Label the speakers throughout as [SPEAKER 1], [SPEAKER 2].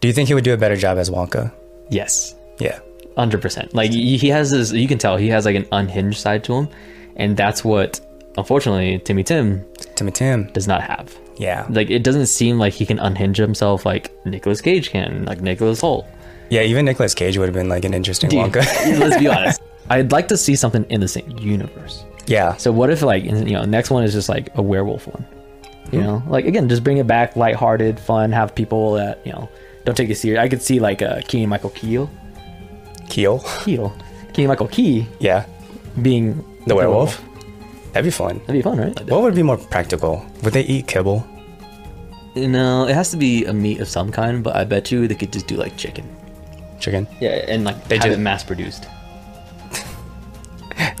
[SPEAKER 1] Do you think he would do a better job as Wonka?
[SPEAKER 2] Yes,
[SPEAKER 1] Yeah.
[SPEAKER 2] hundred percent. Like y- he has this, you can tell he has like an unhinged side to him, and that's what unfortunately Timmy Tim
[SPEAKER 1] Timmy Tim.
[SPEAKER 2] does not have.
[SPEAKER 1] Yeah.
[SPEAKER 2] Like it doesn't seem like he can unhinge himself like Nicolas Cage can, like Nicolas Holt.
[SPEAKER 1] Yeah, even Nicolas Cage would have been like an interesting
[SPEAKER 2] Dude,
[SPEAKER 1] Wonka.
[SPEAKER 2] let's be honest. I'd like to see something in the same universe.
[SPEAKER 1] yeah.
[SPEAKER 2] So what if like you know next one is just like a werewolf one,
[SPEAKER 1] Hmm.
[SPEAKER 2] you know? Like again, just bring it back, lighthearted, fun. Have people that you know don't take it serious. I could see like a Keenan Michael Keel,
[SPEAKER 1] Keel.
[SPEAKER 2] Keel, Keenan Michael Key
[SPEAKER 1] Yeah.
[SPEAKER 2] being
[SPEAKER 1] The werewolf. That'd be fun.
[SPEAKER 2] That'd be fun, right?
[SPEAKER 1] What would be more practical? Would they eat kibble?
[SPEAKER 2] No, it has to be a meat of some kind, but I bet you they could just do like chicken.
[SPEAKER 1] Chicken?
[SPEAKER 2] Yeah, and like
[SPEAKER 1] They
[SPEAKER 2] they have
[SPEAKER 1] just-
[SPEAKER 2] it mass produced.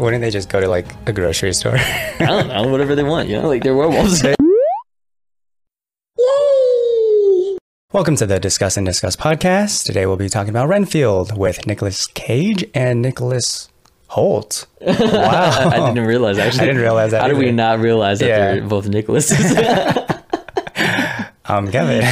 [SPEAKER 1] Wouldn't they just go to like a grocery store?
[SPEAKER 2] I don't know, whatever they want, you know, like they're werewolves.
[SPEAKER 1] Welcome to the Discuss and Discuss podcast. Today we'll be talking about Renfield with Nicolas Cage and Nicholas Holt. Wow.
[SPEAKER 2] I didn't realize actually.
[SPEAKER 1] I didn't realize that
[SPEAKER 2] How did we
[SPEAKER 1] either.
[SPEAKER 2] not realize that
[SPEAKER 1] Yeah.
[SPEAKER 2] they're both Nicholas?
[SPEAKER 1] Um, Kevin.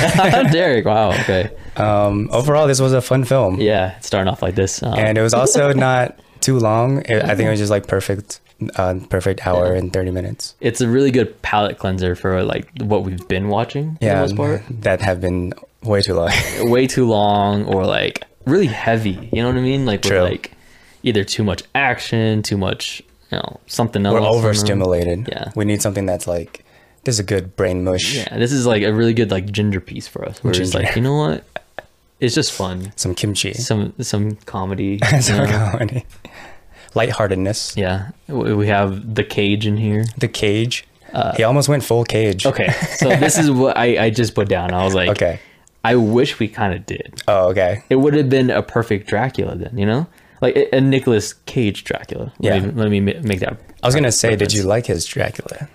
[SPEAKER 2] Derek, wow, okay.
[SPEAKER 1] Um, overall, this was a fun film,
[SPEAKER 2] Yeah, starting off like this. Um,
[SPEAKER 1] and it was also not too long. It, I think it was just like perfect, uh, perfect hour and thirty minutes.
[SPEAKER 2] it's a really good palate cleanser for like what we've been watching for
[SPEAKER 1] Yeah,
[SPEAKER 2] the most part.
[SPEAKER 1] that have been way too long.
[SPEAKER 2] Way too long or like really heavy, you know what I mean? Like
[SPEAKER 1] True.
[SPEAKER 2] with like either too much action, too much, you know, something else.
[SPEAKER 1] We're
[SPEAKER 2] you know?
[SPEAKER 1] overstimulated.
[SPEAKER 2] Yeah.
[SPEAKER 1] we need something that's like this is a good brain mush.
[SPEAKER 2] Yeah, this is like a really good like ginger piece for us. We're just
[SPEAKER 1] Ginger.
[SPEAKER 2] like, you know what? It's just fun.
[SPEAKER 1] Some kimchi, some,
[SPEAKER 2] Some some comedy. you know?
[SPEAKER 1] comedy, lightheartedness.
[SPEAKER 2] Yeah, w- we have the cage in here.
[SPEAKER 1] The cage. he almost went full cage.
[SPEAKER 2] Uh, Okay, so this is what I, I just put down. I was like,
[SPEAKER 1] Okay.
[SPEAKER 2] I wish we kind of did.
[SPEAKER 1] Oh, okay.
[SPEAKER 2] It would have been a perfect Dracula then, you know, like a, a Nicolas Cage Dracula. Let
[SPEAKER 1] Yeah.
[SPEAKER 2] me, let me ma- make that.
[SPEAKER 1] I was gonna say, did
[SPEAKER 2] reference.
[SPEAKER 1] you like his Dracula?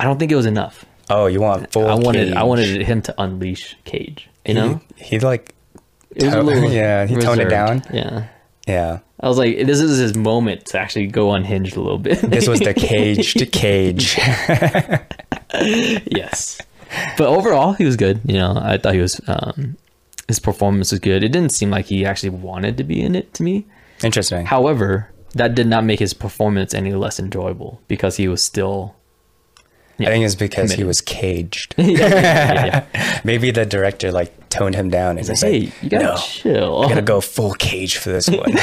[SPEAKER 2] I don't think it was enough.
[SPEAKER 1] Oh, you want full?
[SPEAKER 2] I wanted I
[SPEAKER 1] cage.
[SPEAKER 2] wanted him to unleash Cage. You
[SPEAKER 1] He-
[SPEAKER 2] know,
[SPEAKER 1] he like.
[SPEAKER 2] it was a
[SPEAKER 1] to-
[SPEAKER 2] little
[SPEAKER 1] yeah, he toned it down.
[SPEAKER 2] reserved. Yeah.
[SPEAKER 1] Yeah.
[SPEAKER 2] I was like, this is his moment to actually go unhinged a little bit.
[SPEAKER 1] This was the cage to cage.
[SPEAKER 2] yes. But overall, he was good. You know, I thought he was. Um, his performance was good. It didn't seem like he actually wanted to be in it to me.
[SPEAKER 1] Interesting.
[SPEAKER 2] However, that did not make his performance any less enjoyable because he was still.
[SPEAKER 1] I think it's because he
[SPEAKER 2] committed.
[SPEAKER 1] was caged.
[SPEAKER 2] Yeah.
[SPEAKER 1] Maybe the director like toned him down and was
[SPEAKER 2] hey,
[SPEAKER 1] like,
[SPEAKER 2] you gotta
[SPEAKER 1] "No,
[SPEAKER 2] chill.
[SPEAKER 1] I gotta go full cage for this one."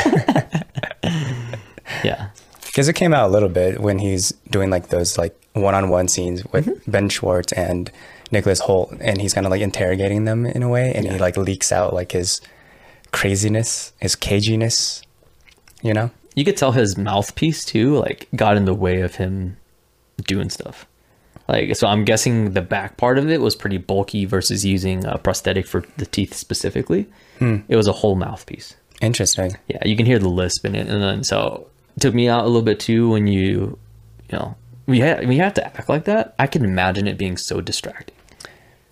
[SPEAKER 2] Yeah,
[SPEAKER 1] Because it came out a little bit when he's doing like those like one-on-one scenes with
[SPEAKER 2] Mm-hmm.
[SPEAKER 1] Ben Schwartz and Nicholas Holt, and he's kind of like interrogating them in a way, and he like leaks out like his craziness, his caginess, you know?
[SPEAKER 2] you could tell his mouthpiece too, like got in the way of him doing stuff. Like, so I'm guessing the back part of it was pretty bulky versus using a prosthetic for the teeth specifically. It was a whole mouthpiece.
[SPEAKER 1] Interesting.
[SPEAKER 2] yeah, you can hear the lisp in it, and then so it took me out a little bit too when you, you know, we had we have to act like that. I can imagine it being so distracting.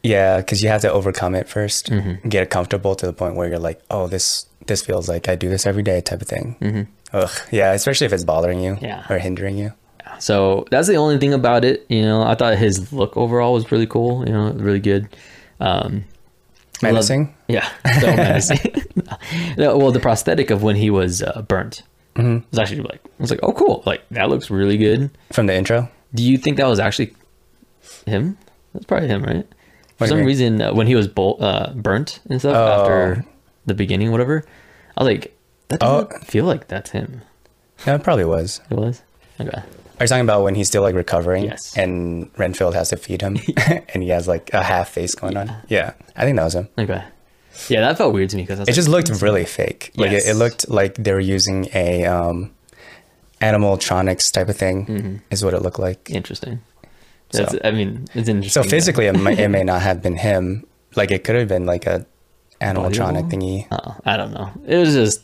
[SPEAKER 1] Yeah, because you have to overcome it 1st
[SPEAKER 2] Mm-hmm.
[SPEAKER 1] get it comfortable to the point where you're like, oh, this this feels like I do this every day type of thing. Mm-hmm. Ugh, yeah, especially if it's bothering you
[SPEAKER 2] Yeah.
[SPEAKER 1] or hindering you.
[SPEAKER 2] So that's the only thing about it. You know, I thought his look overall was really cool. You know, really good. Um, I love-
[SPEAKER 1] Menacing?
[SPEAKER 2] yeah, so menacing. no, well, the prosthetic of when he was uh, burnt
[SPEAKER 1] Mm-hmm.
[SPEAKER 2] was actually like I was like, oh, cool. Like that looks really good.
[SPEAKER 1] From the intro?
[SPEAKER 2] Do you think that was actually him? That's probably him, right? For
[SPEAKER 1] What do you
[SPEAKER 2] some
[SPEAKER 1] mean?
[SPEAKER 2] reason, uh, when he was bol- uh, burnt and stuff
[SPEAKER 1] Oh.
[SPEAKER 2] after the beginning, whatever, I was like, that doesn't
[SPEAKER 1] Oh.
[SPEAKER 2] feel like that's him.
[SPEAKER 1] No, it probably was.
[SPEAKER 2] It was. Okay.
[SPEAKER 1] Are you talking about when he's still like recovering
[SPEAKER 2] Yes.
[SPEAKER 1] and Renfield has to feed him and he has like a half face going on? Yeah, I think that was him.
[SPEAKER 2] Okay. Yeah, that felt weird to me because
[SPEAKER 1] It just looked really fake. Like it, it
[SPEAKER 2] Yes.
[SPEAKER 1] looked like they were using a um, animaltronics type of thing,
[SPEAKER 2] Mm-hmm.
[SPEAKER 1] is what it looked like.
[SPEAKER 2] interesting.
[SPEAKER 1] So-
[SPEAKER 2] That's, I mean, it's
[SPEAKER 1] So
[SPEAKER 2] interesting. that-
[SPEAKER 1] physically, it, may, it may not have been him. Like it could have been like a animatronic thingy.
[SPEAKER 2] Oh, I don't know. It was just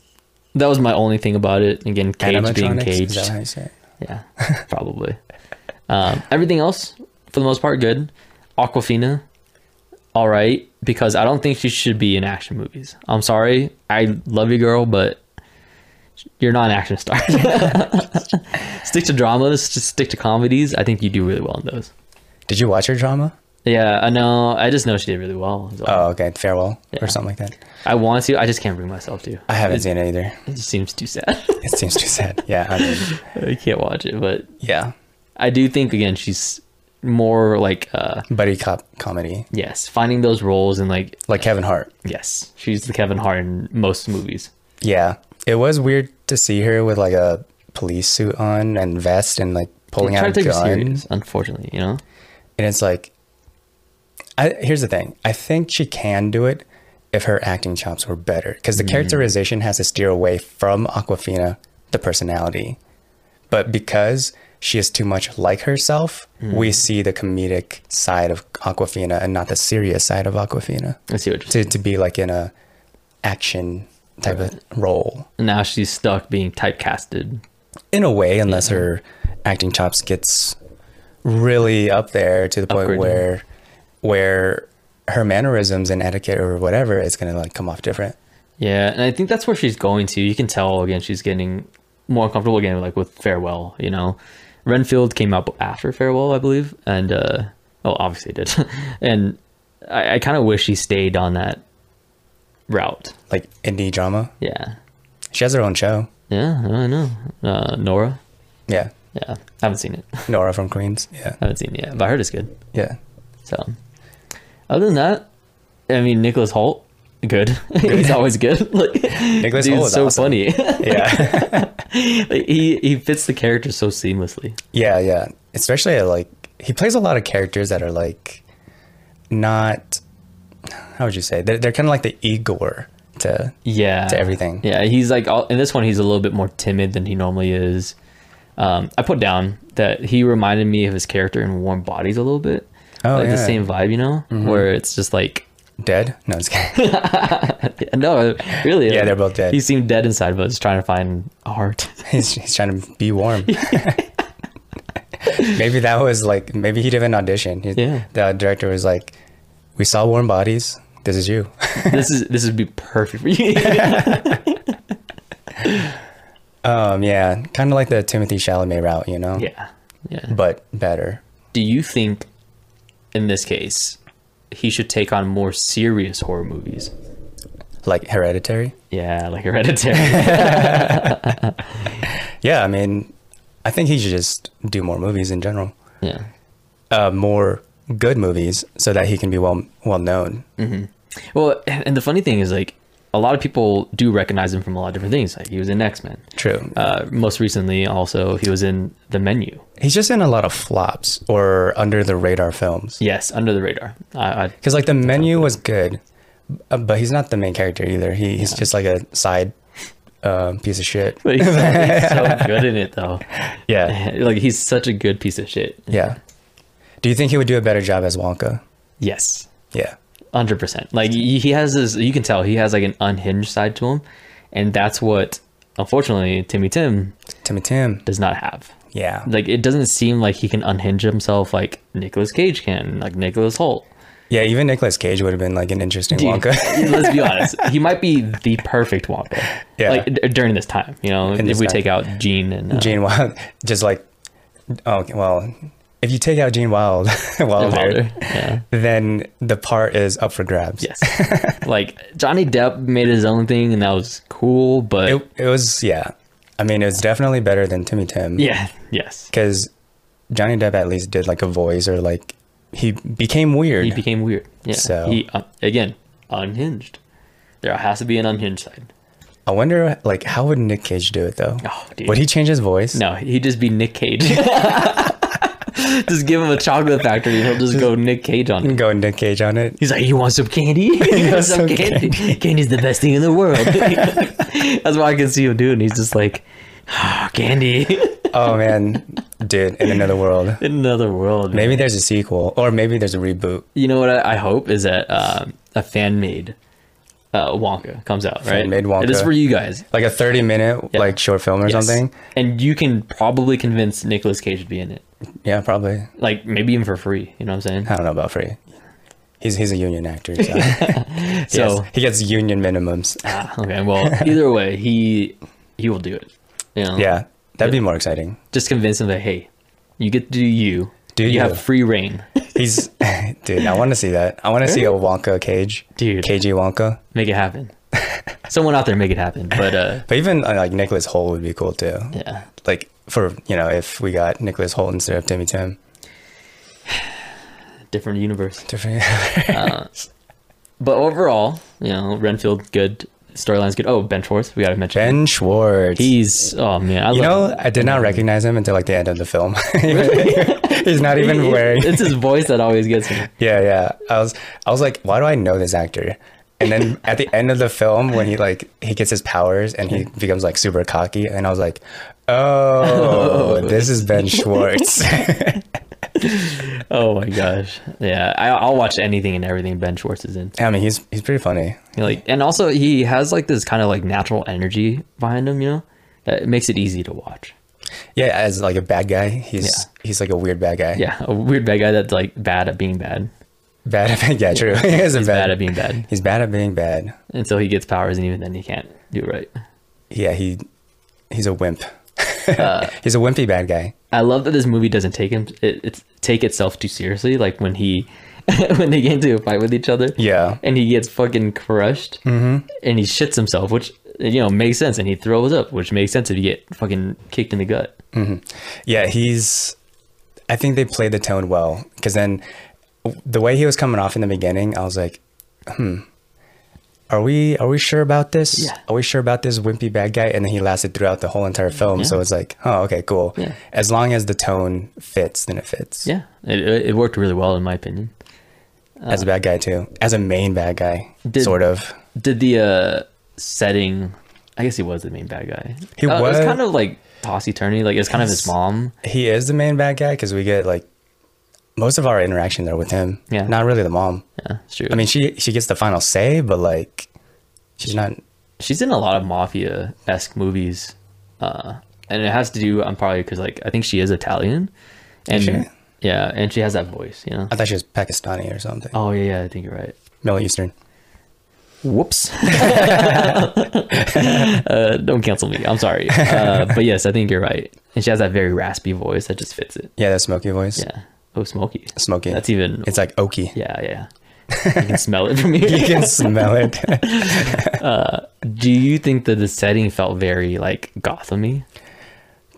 [SPEAKER 2] that was my only thing about it. Again, cage being
[SPEAKER 1] Animatronics? Is
[SPEAKER 2] caged.
[SPEAKER 1] that how you say it?
[SPEAKER 2] Yeah, probably. um, everything else, for the most part, good. Aquafina, all right, because I don't think she should be in action movies. I'm sorry. I love you, girl, but you're not an action star. stick to dramas, just stick to comedies. I think you do really well in those.
[SPEAKER 1] Did you watch her drama?
[SPEAKER 2] Yeah, I know. I just know she did really well. So
[SPEAKER 1] Oh, okay, farewell
[SPEAKER 2] Yeah.
[SPEAKER 1] or something like that.
[SPEAKER 2] I want to. I just can't bring myself to.
[SPEAKER 1] I haven't
[SPEAKER 2] It,
[SPEAKER 1] seen it either.
[SPEAKER 2] it just seems too sad.
[SPEAKER 1] It seems too sad. Yeah, I mean,
[SPEAKER 2] I can't watch it, but
[SPEAKER 1] yeah,
[SPEAKER 2] I do think again she's more like uh
[SPEAKER 1] buddy cop comedy
[SPEAKER 2] yes, finding those roles and like
[SPEAKER 1] like Kevin Hart.
[SPEAKER 2] yes, she's the Kevin Hart in most movies.
[SPEAKER 1] Yeah, it was weird to see her with like a police suit on and vest and like pulling
[SPEAKER 2] They
[SPEAKER 1] out
[SPEAKER 2] try
[SPEAKER 1] a
[SPEAKER 2] to take
[SPEAKER 1] gun.
[SPEAKER 2] her serious, unfortunately, you know.
[SPEAKER 1] And it's like, I, here's the thing. I think she can do it if her acting chops were better, because the characterization has to steer away from Aquafina, the personality. But because she is too much like herself, we see the comedic side of Aquafina and not the serious side of Aquafina.
[SPEAKER 2] I see what you're saying.
[SPEAKER 1] To to be like in a action type of role
[SPEAKER 2] Now she's stuck being typecasted.
[SPEAKER 1] in a way, unless her acting chops gets really up there to the point
[SPEAKER 2] Upgraded.
[SPEAKER 1] where where her mannerisms and etiquette or whatever is gonna like come off different.
[SPEAKER 2] Yeah, and I think that's where she's going to. You can tell again she's getting more comfortable again like with Farewell, you know. Renfield came up after Farewell, I believe, and uh well obviously it did. and I, I kinda wish she stayed on that route.
[SPEAKER 1] Like indie drama.
[SPEAKER 2] Yeah.
[SPEAKER 1] She has her own show.
[SPEAKER 2] Yeah, I know. Uh Nora.
[SPEAKER 1] Yeah.
[SPEAKER 2] Yeah. I haven't seen it. I
[SPEAKER 1] Nora from Queens. Yeah.
[SPEAKER 2] haven't seen it yet. But I heard it's good.
[SPEAKER 1] Yeah.
[SPEAKER 2] So other than that, I mean Nicholas Holt, good. He's always good. Like
[SPEAKER 1] Nicholas
[SPEAKER 2] dude's
[SPEAKER 1] Holt is
[SPEAKER 2] so
[SPEAKER 1] awesome.
[SPEAKER 2] funny.
[SPEAKER 1] Yeah.
[SPEAKER 2] Like, he he fits the character so seamlessly.
[SPEAKER 1] yeah, yeah. Especially uh, like he plays a lot of characters that are like not how would you say? They're they're kinda like the Igor to
[SPEAKER 2] Yeah,
[SPEAKER 1] To everything.
[SPEAKER 2] Yeah, he's like all, in this one. He's a little bit more timid than he normally is. Um, I put down that he reminded me of his character in Warm Bodies a little bit.
[SPEAKER 1] Oh,
[SPEAKER 2] like
[SPEAKER 1] yeah.
[SPEAKER 2] the
[SPEAKER 1] Mm-hmm.
[SPEAKER 2] same vibe, you know, where it's just like
[SPEAKER 1] dead. No, it's kidding.
[SPEAKER 2] no, really.
[SPEAKER 1] Yeah,
[SPEAKER 2] like,
[SPEAKER 1] they're both dead.
[SPEAKER 2] He seemed dead inside, but was trying to find a heart.
[SPEAKER 1] he's, he's trying to be warm. maybe that was like maybe he didn't audition. He-
[SPEAKER 2] Yeah.
[SPEAKER 1] The director was like, "We saw warm bodies. This is you."
[SPEAKER 2] this is this would be perfect for you.
[SPEAKER 1] um, yeah, kind of like the Timothy Chalamet route, you know.
[SPEAKER 2] yeah, yeah.
[SPEAKER 1] But better.
[SPEAKER 2] Do you think, in this case, he should take on more serious horror movies?
[SPEAKER 1] Like Hereditary.
[SPEAKER 2] Yeah, like Hereditary.
[SPEAKER 1] Yeah, I mean, I think he should just do more movies in general.
[SPEAKER 2] yeah.
[SPEAKER 1] Uh, more good movies so that he can be well well known.
[SPEAKER 2] Mm. Well, and the funny thing is, like, a lot of people do recognize him from a lot of different things. Like, he was in X Men.
[SPEAKER 1] True.
[SPEAKER 2] Uh, most recently, also, he was in The Menu.
[SPEAKER 1] He's just in a lot of flops or under the radar films.
[SPEAKER 2] Yes, Under the Radar. I, I,
[SPEAKER 1] Because like the menu was good, uh, but he's not the main character either. He, he's just like a side uh, piece of shit.
[SPEAKER 2] but he's, he's so good in it, though.
[SPEAKER 1] Yeah,
[SPEAKER 2] Like, he's such a good piece of shit.
[SPEAKER 1] yeah. Do you think he would do a better job as Wonka?
[SPEAKER 2] Yes,
[SPEAKER 1] Yeah,
[SPEAKER 2] hundred percent. Like, he he has this. You can tell he has like an unhinged side to him, and that's what, unfortunately, Timmy Tim
[SPEAKER 1] Timmy Tim.
[SPEAKER 2] does not have.
[SPEAKER 1] Yeah,
[SPEAKER 2] Like, it doesn't seem like he can unhinge himself like Nicolas Cage can, like Nicolas Holt.
[SPEAKER 1] yeah. Even Nicolas Cage would have been like an interesting
[SPEAKER 2] Dude,
[SPEAKER 1] Wonka.
[SPEAKER 2] let's be honest. He might be the perfect Wonka.
[SPEAKER 1] Yeah.
[SPEAKER 2] Like d- during this time, you know, if
[SPEAKER 1] this
[SPEAKER 2] we
[SPEAKER 1] time.
[SPEAKER 2] take out Gene and uh,
[SPEAKER 1] Gene Wild, just like oh okay, well, if you take out Gene Wild, Wilder,
[SPEAKER 2] Wilder. Yeah.
[SPEAKER 1] then the part is up for grabs.
[SPEAKER 2] Yes. like Johnny Depp made his own thing and that was cool, but
[SPEAKER 1] It, it was yeah. I mean, it was definitely better than Timmy Tim.
[SPEAKER 2] yeah, yes.
[SPEAKER 1] because Johnny Depp at least did like a voice or like he became weird.
[SPEAKER 2] He became weird. Yeah.
[SPEAKER 1] So-
[SPEAKER 2] He uh, again, unhinged. There has to be an unhinged side.
[SPEAKER 1] I wonder like how would Nick Cage do it though?
[SPEAKER 2] Oh, dude.
[SPEAKER 1] would he change his voice?
[SPEAKER 2] No, he'd just be Nick Cage. just give him a chocolate factory and he'll just go Nick Cage on it.
[SPEAKER 1] Go Nick Cage on it.
[SPEAKER 2] He's like, you want some candy? you want
[SPEAKER 1] wants
[SPEAKER 2] some
[SPEAKER 1] some
[SPEAKER 2] candy? Candy's the best thing in the world. That's what I can see him doing. He's just like, "Ah, candy
[SPEAKER 1] Oh man, dude, in another world.
[SPEAKER 2] in another world. man."
[SPEAKER 1] Maybe there's a sequel or maybe there's a reboot.
[SPEAKER 2] You know what I, I hope is that um, a fan made uh, Wonka comes out, right?
[SPEAKER 1] Fan-made Wonka.
[SPEAKER 2] It is for you guys.
[SPEAKER 1] Like a 30 minute like short film or
[SPEAKER 2] Yes.
[SPEAKER 1] something.
[SPEAKER 2] And you can probably convince Nicolas Cage to be in it.
[SPEAKER 1] Yeah, probably.
[SPEAKER 2] Like, maybe even for free. You know what I'm saying?
[SPEAKER 1] I don't know about free. He's he's a union actor. So, so
[SPEAKER 2] So,
[SPEAKER 1] he gets union minimums.
[SPEAKER 2] ah, okay. Well, either way, he he will do it. You know?
[SPEAKER 1] Yeah. That'd be more exciting.
[SPEAKER 2] Just convince him that, hey, you get to do you.
[SPEAKER 1] Do
[SPEAKER 2] you
[SPEAKER 1] you.
[SPEAKER 2] have free reign.
[SPEAKER 1] He's dude. I want to see that. I want to see a Wonka cage,
[SPEAKER 2] Dude.
[SPEAKER 1] KG Wonka.
[SPEAKER 2] Make it happen. Someone out there make it happen. But uh,
[SPEAKER 1] But even uh, like Nicholas Holt would be cool too.
[SPEAKER 2] yeah,
[SPEAKER 1] Like for you know, if we got Nicholas Holt instead of Timmy Tim,
[SPEAKER 2] different universe.
[SPEAKER 1] different.
[SPEAKER 2] But overall, you know, Renfield good. Storylines good. Oh, Ben Schwartz, we gotta mention. him.
[SPEAKER 1] ben Schwartz.
[SPEAKER 2] He's oh man, I
[SPEAKER 1] you
[SPEAKER 2] love
[SPEAKER 1] know, I did not recognize him until like the end of the film. He's not even wearing.
[SPEAKER 2] It's his voice that always gets me.
[SPEAKER 1] Yeah, yeah. I was, I was like, why do I know this actor? And then at the end of the film, when he like he gets his powers and he becomes like super cocky, and I was like, oh, this is Ben Schwartz.
[SPEAKER 2] Oh my gosh. Yeah, I, I'll watch anything and everything Ben Schwartz is in.
[SPEAKER 1] I mean, he's he's pretty funny.
[SPEAKER 2] Like, and also he has like this kind of like natural energy behind him, you know, that makes it easy to watch.
[SPEAKER 1] Yeah, as like a bad guy, he's
[SPEAKER 2] Yeah.
[SPEAKER 1] he's like a weird bad guy.
[SPEAKER 2] Yeah, a weird bad guy that's like bad at being bad.
[SPEAKER 1] bad at being. Yeah, true. he is a
[SPEAKER 2] He's
[SPEAKER 1] bad,
[SPEAKER 2] bad at being bad,
[SPEAKER 1] He's bad at being bad.
[SPEAKER 2] and so he gets powers, and even then he can't do it right.
[SPEAKER 1] Yeah, he he's a wimp.
[SPEAKER 2] Uh.
[SPEAKER 1] he's a wimpy bad guy.
[SPEAKER 2] I love that this movie doesn't take him it, it's take itself too seriously. Like when he when they get into a fight with each other,
[SPEAKER 1] Yeah.
[SPEAKER 2] and he gets fucking crushed, mm-hmm. and he shits himself, which you know makes sense, and he throws up, which makes sense if you get fucking kicked in the gut.
[SPEAKER 1] Yeah, he's. I think they played the tone well because then the way he was coming off in the beginning, I was like, hmm. Are we are we sure about this?
[SPEAKER 2] Yeah.
[SPEAKER 1] Are we sure about this wimpy bad guy? And then he lasted throughout the whole entire film, so it's like, oh, okay, cool.
[SPEAKER 2] Yeah.
[SPEAKER 1] As long as the tone fits, then it fits.
[SPEAKER 2] Yeah, it, it it worked really well in my opinion.
[SPEAKER 1] As a bad guy too, as a main bad guy,
[SPEAKER 2] Did-
[SPEAKER 1] sort of.
[SPEAKER 2] Did the uh setting? I guess he was the main bad guy.
[SPEAKER 1] He
[SPEAKER 2] Uh, It
[SPEAKER 1] was-
[SPEAKER 2] was kind of like tossy turny. Like it's kind of his mom.
[SPEAKER 1] He is the main bad guy because we get like most of our interactions are with him.
[SPEAKER 2] Yeah.
[SPEAKER 1] Not really the mom.
[SPEAKER 2] Yeah, it's true.
[SPEAKER 1] I mean, she she gets the final say, but like, she's not.
[SPEAKER 2] she's in a lot of mafia esque movies, uh, and it has to do. I'm probably because like I think she is Italian, and
[SPEAKER 1] she?
[SPEAKER 2] yeah, and she has that voice, you know.
[SPEAKER 1] I thought she was Pakistani or something.
[SPEAKER 2] Oh yeah, yeah, I think you're right.
[SPEAKER 1] Middle Eastern.
[SPEAKER 2] Whoops! uh, don't cancel me. I'm sorry, uh, but yes, I think you're right. And she has that very raspy voice that just fits it.
[SPEAKER 1] Yeah, that smoky voice.
[SPEAKER 2] Yeah. Oh, smoky.
[SPEAKER 1] Smoky.
[SPEAKER 2] That's even.
[SPEAKER 1] It's like oaky.
[SPEAKER 2] yeah, yeah. You can smell it from here.
[SPEAKER 1] You can smell it.
[SPEAKER 2] Do you think that the setting felt very like Gothamy?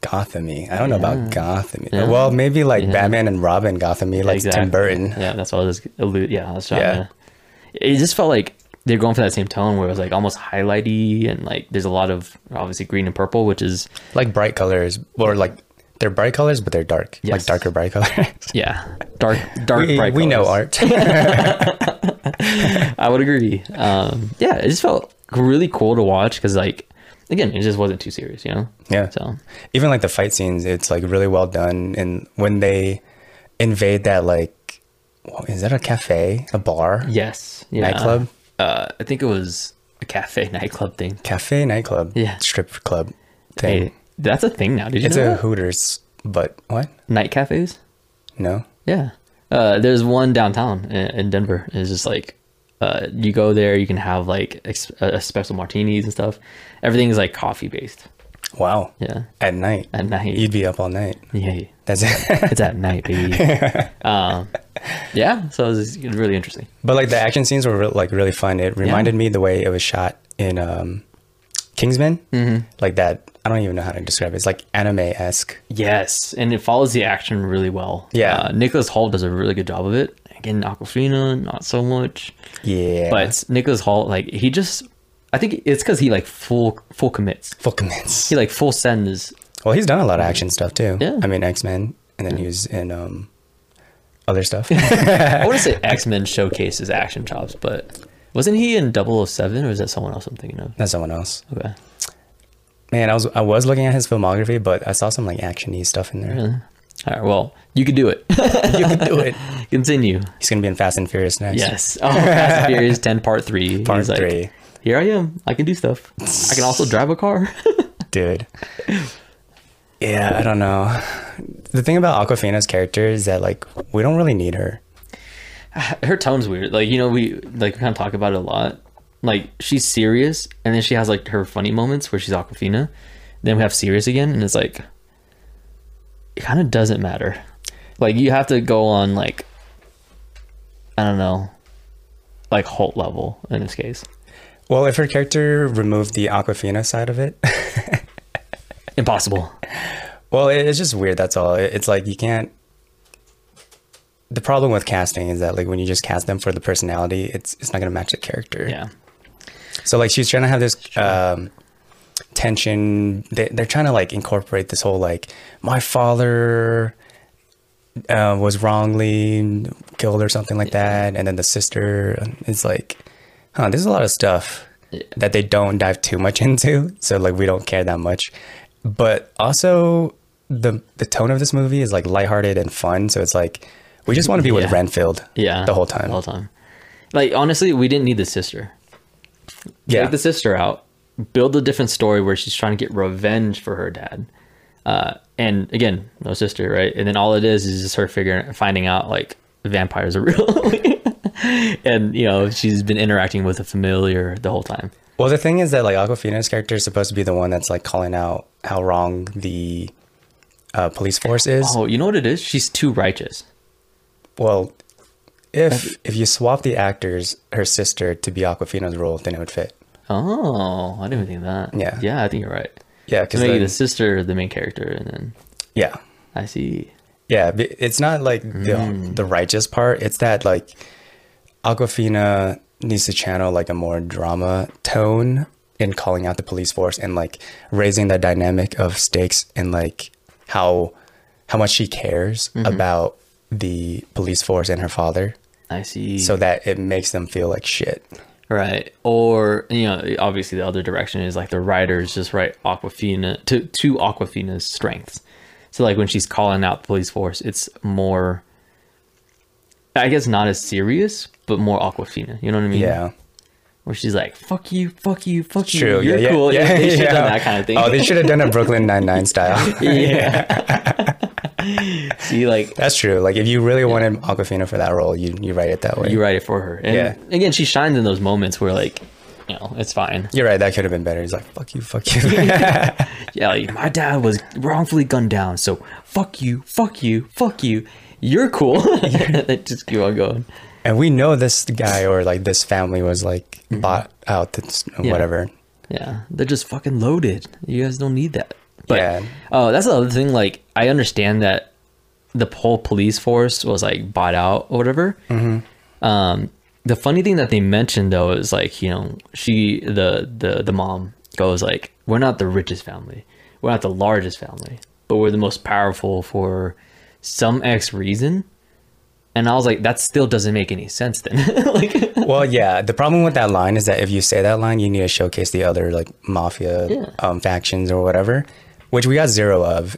[SPEAKER 1] Gothamy. I don't know about Gothamy.
[SPEAKER 2] Yeah.
[SPEAKER 1] Well, maybe like
[SPEAKER 2] Yeah.
[SPEAKER 1] Batman and Robin Gothamy, like Tim Burton.
[SPEAKER 2] Yeah, that's what I was allu- yeah, I was trying
[SPEAKER 1] Yeah.
[SPEAKER 2] to it just felt like they're going for that same tone where it was like almost highlighty and like there's a lot of obviously green and purple, which is
[SPEAKER 1] Like bright colors, or like they're bright colors, but they're dark. Like
[SPEAKER 2] Yes.
[SPEAKER 1] darker bright colors.
[SPEAKER 2] yeah, dark dark
[SPEAKER 1] we,
[SPEAKER 2] bright.
[SPEAKER 1] we know
[SPEAKER 2] colors.
[SPEAKER 1] art.
[SPEAKER 2] I would agree. Um, yeah, it just felt really cool to watch because like again, it just wasn't too serious, you know.
[SPEAKER 1] yeah.
[SPEAKER 2] So
[SPEAKER 1] Even like the fight scenes, it's like really well done. And when they invade that, like, what- is that a cafe? A bar?
[SPEAKER 2] yes, yeah.
[SPEAKER 1] Nightclub?
[SPEAKER 2] Uh, I think it was a cafe nightclub thing.
[SPEAKER 1] Cafe, nightclub,
[SPEAKER 2] Yeah.
[SPEAKER 1] strip club thing.
[SPEAKER 2] Hey, that's a thing now. Did you
[SPEAKER 1] it's
[SPEAKER 2] know
[SPEAKER 1] a
[SPEAKER 2] that?
[SPEAKER 1] Hooters, but what?
[SPEAKER 2] night cafes?
[SPEAKER 1] No.
[SPEAKER 2] Yeah. Uh, there's one downtown in, in Denver. It's just like uh, you go there, you can have like ex- uh, special martinis and stuff. Everything is like coffee based.
[SPEAKER 1] Wow.
[SPEAKER 2] Yeah.
[SPEAKER 1] At night.
[SPEAKER 2] At night.
[SPEAKER 1] You'd be up all night.
[SPEAKER 2] yeah.
[SPEAKER 1] That's it.
[SPEAKER 2] It's at night, baby. um, yeah. So it's really interesting.
[SPEAKER 1] but like the action scenes were re- like really fun. It reminded me the way it was shot in um, Kingsman. Mm-hmm. Like that. I don't even know how to describe it. It's like anime esque.
[SPEAKER 2] Yes. And it follows the action really well.
[SPEAKER 1] Yeah.
[SPEAKER 2] Uh, Nicholas Hall does a really good job of it. Again, Aquafina, not so much.
[SPEAKER 1] Yeah.
[SPEAKER 2] But Nicholas Hall, like, he just, I think it's because he like full full commits.
[SPEAKER 1] full commence.
[SPEAKER 2] He like full sends
[SPEAKER 1] Well, he's done a lot of action stuff too.
[SPEAKER 2] Mm-hmm. Yeah.
[SPEAKER 1] I mean X Men, and then he was in um, other stuff.
[SPEAKER 2] I want to say X Men showcases action chops, but wasn't he in 007 or is that someone else I'm thinking of?
[SPEAKER 1] That's someone else.
[SPEAKER 2] Okay.
[SPEAKER 1] Man, I was I was looking at his filmography, but I saw some like actiony stuff in there.
[SPEAKER 2] All right. Well, you could do it.
[SPEAKER 1] You can do it.
[SPEAKER 2] Continue.
[SPEAKER 1] He's gonna be in Fast and Furious next.
[SPEAKER 2] Yes. Oh, Fast and Furious 10 Part 3.
[SPEAKER 1] Part
[SPEAKER 2] He's like,
[SPEAKER 1] three,
[SPEAKER 2] Here I am. I can do stuff. I can also drive a car.
[SPEAKER 1] dude. Yeah, I don't know. The thing about Aquafina's character is that like we don't really need her.
[SPEAKER 2] Her tone's weird. Like, you know, we like we kind of talk about it a lot. Like, she's serious and then she has like her funny moments where she's Aquafina. Then we have serious again and it's like it kind of doesn't matter. Like you have to go on like I don't know, like Holt level in this case.
[SPEAKER 1] Well, if her character removed the Aquafina side of it,
[SPEAKER 2] Impossible.
[SPEAKER 1] well, it, it's just weird. That's all. It, it's like you can't. The problem with casting is that like when you just cast them for the personality, it's it's not gonna match the character.
[SPEAKER 2] Yeah.
[SPEAKER 1] So like she's trying to have this um, tension. They, they're trying to like incorporate this whole like my father uh, was wrongly killed or something like that, and then the sister. It's like, huh? There's a lot of stuff that they don't dive too much into. So like we don't care that much, but also the the tone of this movie is like lighthearted and fun. So it's like we just want to be with
[SPEAKER 2] Yeah.
[SPEAKER 1] Renfield.
[SPEAKER 2] Yeah.
[SPEAKER 1] The whole time.
[SPEAKER 2] The whole time. Like honestly, we didn't need the sister.
[SPEAKER 1] Yeah.
[SPEAKER 2] Take the sister out. Build a different story where she's trying to get revenge for her dad. Uh, and again, no sister, right? And then all it is is just her figuring, finding out like vampires are real, and you know she's been interacting with a familiar the whole time.
[SPEAKER 1] Well, the thing is that like Aquafina's character is supposed to be the one that's like calling out how wrong the uh, police force is.
[SPEAKER 2] Oh, you know what it is? She's too righteous.
[SPEAKER 1] Well, if if you swap the actors, her sister to be Aquafina's role, then it would fit.
[SPEAKER 2] Oh, I didn't even think of that.
[SPEAKER 1] Yeah.
[SPEAKER 2] yeah, I think you're right.
[SPEAKER 1] Yeah,
[SPEAKER 2] So
[SPEAKER 1] because
[SPEAKER 2] maybe the sister, the main character, and then
[SPEAKER 1] yeah,
[SPEAKER 2] I see.
[SPEAKER 1] yeah, b- it's not like the
[SPEAKER 2] Mm.
[SPEAKER 1] the righteous part. It's that like Aquafina needs to channel like a more drama tone in calling out the police force and like raising the dynamic of stakes and like how how much she cares
[SPEAKER 2] Mm-hmm.
[SPEAKER 1] about the police force and her father
[SPEAKER 2] I see.
[SPEAKER 1] so that it makes them feel like shit.
[SPEAKER 2] Right. Or you know, obviously the other direction is like the writers just write Aquafina to to Aquafina's strengths. So like when she's calling out the police force, it's more I guess not as serious, but more Aquafina. You know what I mean?
[SPEAKER 1] Yeah.
[SPEAKER 2] Where she's like, "Fuck you, fuck you, fuck you,
[SPEAKER 1] True.
[SPEAKER 2] you're
[SPEAKER 1] yeah,
[SPEAKER 2] cool."
[SPEAKER 1] Yeah,
[SPEAKER 2] Yeah,
[SPEAKER 1] yeah,
[SPEAKER 2] they should have
[SPEAKER 1] yeah.
[SPEAKER 2] done that kind of thing.
[SPEAKER 1] Oh, they should have done a Brooklyn Nine Nine style.
[SPEAKER 2] yeah. See, like
[SPEAKER 1] That's true. Like if you really wanted Aquafina for that role, you you write it that way.
[SPEAKER 2] you write it for her, and
[SPEAKER 1] Yeah.
[SPEAKER 2] again, she shines in those moments where like, you know, it's fine.
[SPEAKER 1] You're right. That could have been better. He's like, fuck you, fuck you.
[SPEAKER 2] Yeah, like, my dad was wrongfully gunned down, so fuck you, fuck you, fuck you. You're cool. They just keep on going.
[SPEAKER 1] and we know this guy or like this family was like bought out this whatever.
[SPEAKER 2] Yeah, they're just fucking loaded. You guys don't need that. But
[SPEAKER 1] Yeah.
[SPEAKER 2] oh, that's the other thing. Like, I understand that the whole police force was like bought out or whatever.
[SPEAKER 1] Mm-hmm.
[SPEAKER 2] Um, the funny thing that they mentioned though is like you know she the the the mom goes like we're not the richest family, we're not the largest family, but we're the most powerful for some X reason. And I was like, that still doesn't make any sense then. like,
[SPEAKER 1] Well, yeah. The problem with that line is that if you say that line, you need to showcase the other like mafia
[SPEAKER 2] Yeah.
[SPEAKER 1] um, factions or whatever, which we got zero of.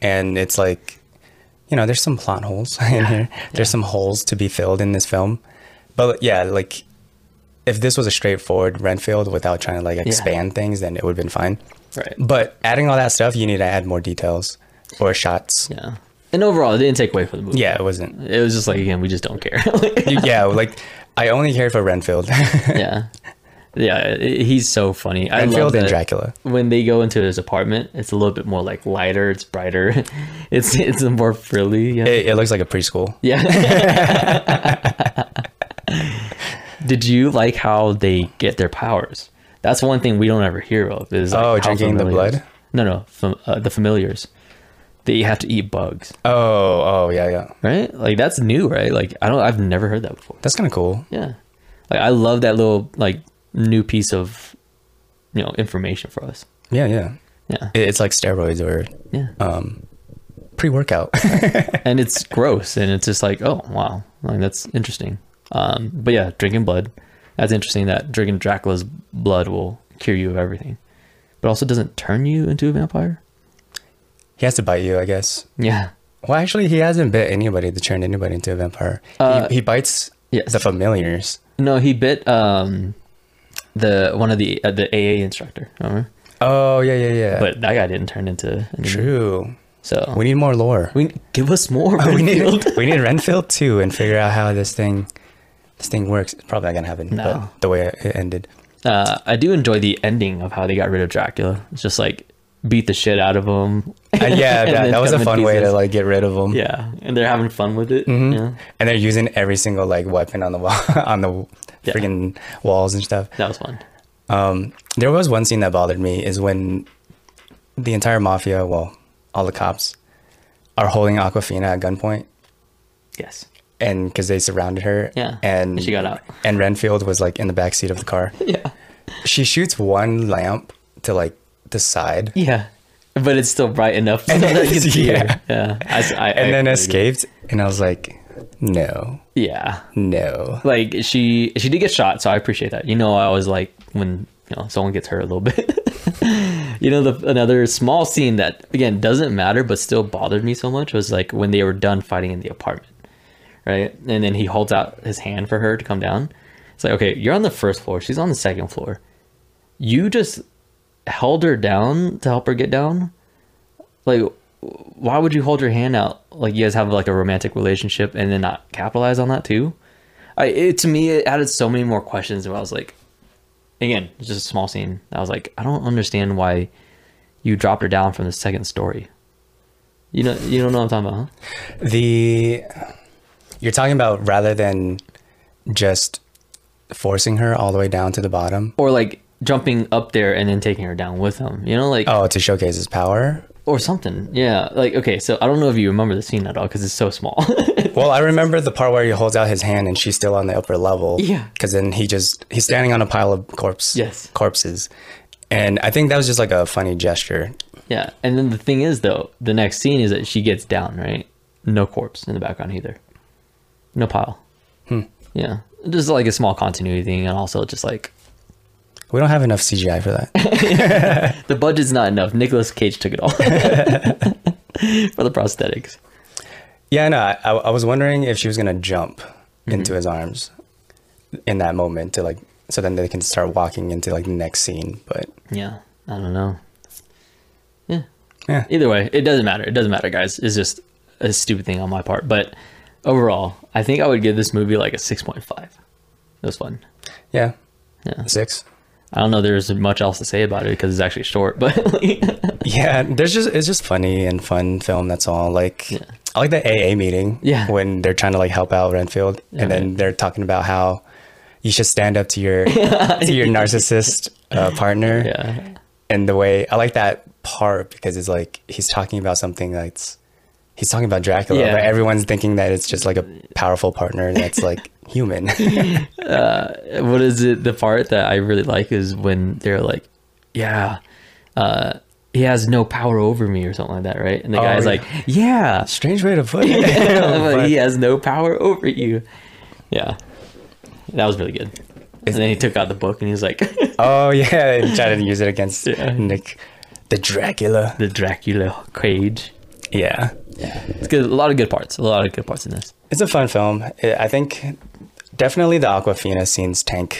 [SPEAKER 1] And it's like, you know, there's some plot holes in here. There's some holes to be filled in this film. But yeah, like if this was a straightforward Renfield without trying to like expand things, then it would have been fine.
[SPEAKER 2] right.
[SPEAKER 1] But adding all that stuff, you need to add more details or shots.
[SPEAKER 2] Yeah. And overall, it didn't take away from the movie.
[SPEAKER 1] Yeah, it wasn't.
[SPEAKER 2] It was just like again, we just don't care.
[SPEAKER 1] You- yeah, like I only cared for Renfield,
[SPEAKER 2] yeah, yeah. i- He's so funny. I love
[SPEAKER 1] Renfield and
[SPEAKER 2] that
[SPEAKER 1] Dracula.
[SPEAKER 2] When they go into his apartment, it's a little bit more like lighter. It's brighter. It's it's more frilly. Yeah.
[SPEAKER 1] It, it looks like a preschool.
[SPEAKER 2] yeah. Did you like how they get their powers? That's one thing we don't ever hear of. Is like
[SPEAKER 1] Oh,
[SPEAKER 2] how
[SPEAKER 1] drinking the
[SPEAKER 2] familiars-
[SPEAKER 1] blood?
[SPEAKER 2] No, no, fam- uh, the familiars. They have to eat bugs,
[SPEAKER 1] Oh, oh yeah, yeah.
[SPEAKER 2] right? Like that's new, right? Like I don't, I've never heard that before.
[SPEAKER 1] That's kind of cool.
[SPEAKER 2] Yeah. Like I love that little like new piece of you know information for us.
[SPEAKER 1] Yeah, yeah.
[SPEAKER 2] Yeah.
[SPEAKER 1] It- It's like steroids or
[SPEAKER 2] Yeah.
[SPEAKER 1] um, pre-workout.
[SPEAKER 2] And it's gross and it's just like, oh wow. Like that's interesting. Um but yeah, drinking blood. That's interesting that drinking Dracula's blood will cure you of everything. But also doesn't turn you into a vampire?
[SPEAKER 1] he has to bite you, I guess.
[SPEAKER 2] Yeah.
[SPEAKER 1] Well, actually, he hasn't bit anybody to turn anybody into a vampire.
[SPEAKER 2] Uh,
[SPEAKER 1] he, he bites
[SPEAKER 2] yes.
[SPEAKER 1] the familiars.
[SPEAKER 2] No, he bit um the one of the uh, the AA instructor, remember?
[SPEAKER 1] Oh, yeah, yeah, yeah.
[SPEAKER 2] But that guy didn't turn into anything.
[SPEAKER 1] true.
[SPEAKER 2] So
[SPEAKER 1] We need more lore.
[SPEAKER 2] we give us more.
[SPEAKER 1] we
[SPEAKER 2] Renfield.
[SPEAKER 1] need we need Renfield too, and figure out how this thing this thing works. It's probably not gonna happen.
[SPEAKER 2] No.
[SPEAKER 1] But the way it ended.
[SPEAKER 2] uh, I do enjoy the ending of how they got rid of Dracula. It's just like beat the shit out of him.
[SPEAKER 1] Uh, yeah,
[SPEAKER 2] And
[SPEAKER 1] that,
[SPEAKER 2] then
[SPEAKER 1] that was a
[SPEAKER 2] cut 'em in
[SPEAKER 1] fun way to
[SPEAKER 2] pieces.
[SPEAKER 1] like Mm-hmm. get rid of them.
[SPEAKER 2] Yeah, and they're having fun with it. Yeah,
[SPEAKER 1] And they're using every single like weapon on the wall on the
[SPEAKER 2] Yeah.
[SPEAKER 1] freaking walls and stuff.
[SPEAKER 2] that was fun.
[SPEAKER 1] Um, there was one scene that bothered me is when the entire mafia, well, all the cops, are holding Aquafina at gunpoint,
[SPEAKER 2] Yes.
[SPEAKER 1] and because they surrounded her.
[SPEAKER 2] Yeah,
[SPEAKER 1] and,
[SPEAKER 2] and she got out.
[SPEAKER 1] And Renfield was like in the back seat of the car.
[SPEAKER 2] Yeah.
[SPEAKER 1] she shoots one lamp to like the side,
[SPEAKER 2] Yeah. But it's still bright enough so that you can see
[SPEAKER 1] Yeah.
[SPEAKER 2] her. Yeah. I s- I- I
[SPEAKER 1] and then
[SPEAKER 2] agree.
[SPEAKER 1] escaped. And I was like, no,
[SPEAKER 2] Yeah.
[SPEAKER 1] no.
[SPEAKER 2] Like she she did get shot, so I appreciate that. You know, I always like when you know someone gets hurt a little bit. you know, the another small scene that again doesn't matter but still bothered me so much was like when they were done fighting in the apartment. Right? And then he holds out his hand for her to come down. It's like, okay, you're on the first floor, she's on the second floor. You just held her down to help her get down. Like why would you hold your hand out like you guys have like a romantic relationship and then not capitalize on that too? I it, to me it added so many more questions where I was like again, it's just a small scene. I was like, I don't understand why you dropped her down from the second story. You know you don't know what I'm talking about, huh?
[SPEAKER 1] The you're talking about rather than just forcing her all the way down to the bottom.
[SPEAKER 2] Or like jumping up there and then taking her down with him. You know, like
[SPEAKER 1] Oh, to showcase his power.
[SPEAKER 2] or something. Yeah. Like okay, so I don't know if you remember the scene at all because it's so small.
[SPEAKER 1] Well, I remember the part where he holds out his hand and she's still on the upper level.
[SPEAKER 2] Yeah.
[SPEAKER 1] Because then he just he's standing on a pile of corpse.
[SPEAKER 2] Yes.
[SPEAKER 1] Corpses, and I think that was just like a funny gesture.
[SPEAKER 2] yeah. And then the thing is though, the next scene is that she gets down, right? No corpse in the background either. No pile. Yeah. Just like a small continuity thing and also just like
[SPEAKER 1] We don't have enough CGI for that.
[SPEAKER 2] The budget's not enough. Nicolas Cage took it all for the prosthetics.
[SPEAKER 1] yeah, no, I, I was wondering if she was gonna jump into his arms in that moment to like so then they can start walking into like the next scene. But
[SPEAKER 2] Yeah, I don't know. Yeah.
[SPEAKER 1] Yeah.
[SPEAKER 2] Either way, it doesn't matter. It doesn't matter, guys. It's just a stupid thing on my part. But overall, I think I would give this movie like a six point five. It was fun.
[SPEAKER 1] yeah,
[SPEAKER 2] Yeah.
[SPEAKER 1] six.
[SPEAKER 2] I don't know. There's much else to say about it because it's actually short. But like,
[SPEAKER 1] Yeah, there's just it's just funny and fun film. That's all. Like
[SPEAKER 2] Yeah.
[SPEAKER 1] I like the AA meeting.
[SPEAKER 2] Yeah.
[SPEAKER 1] when they're trying to like help out Renfield, and then they're talking about how you should stand up to your to your narcissist uh, partner.
[SPEAKER 2] yeah,
[SPEAKER 1] and the way I like that part because it's like he's talking about something that's he's talking about Dracula,
[SPEAKER 2] Yeah.
[SPEAKER 1] but everyone's thinking that it's just like a powerful partner that's like human.
[SPEAKER 2] what is it? The part that I really like is when they're like, "Yeah, uh, he has no power over me" or something like that, right? And the
[SPEAKER 1] Oh,
[SPEAKER 2] guy's
[SPEAKER 1] yeah.
[SPEAKER 2] like, "Yeah,
[SPEAKER 1] Strange way to put it.
[SPEAKER 2] But
[SPEAKER 1] But-
[SPEAKER 2] he has no power over you. Yeah, that was really good. And then he took out the book and he's like,
[SPEAKER 1] Oh yeah, and try to use it against
[SPEAKER 2] Yeah.
[SPEAKER 1] Nick, the Dracula.
[SPEAKER 2] "The Dracula cage."
[SPEAKER 1] Yeah,
[SPEAKER 2] It's good. A lot of good parts. A lot of good parts in this.
[SPEAKER 1] it's a fun film. I I think definitely the Aquafina scenes tank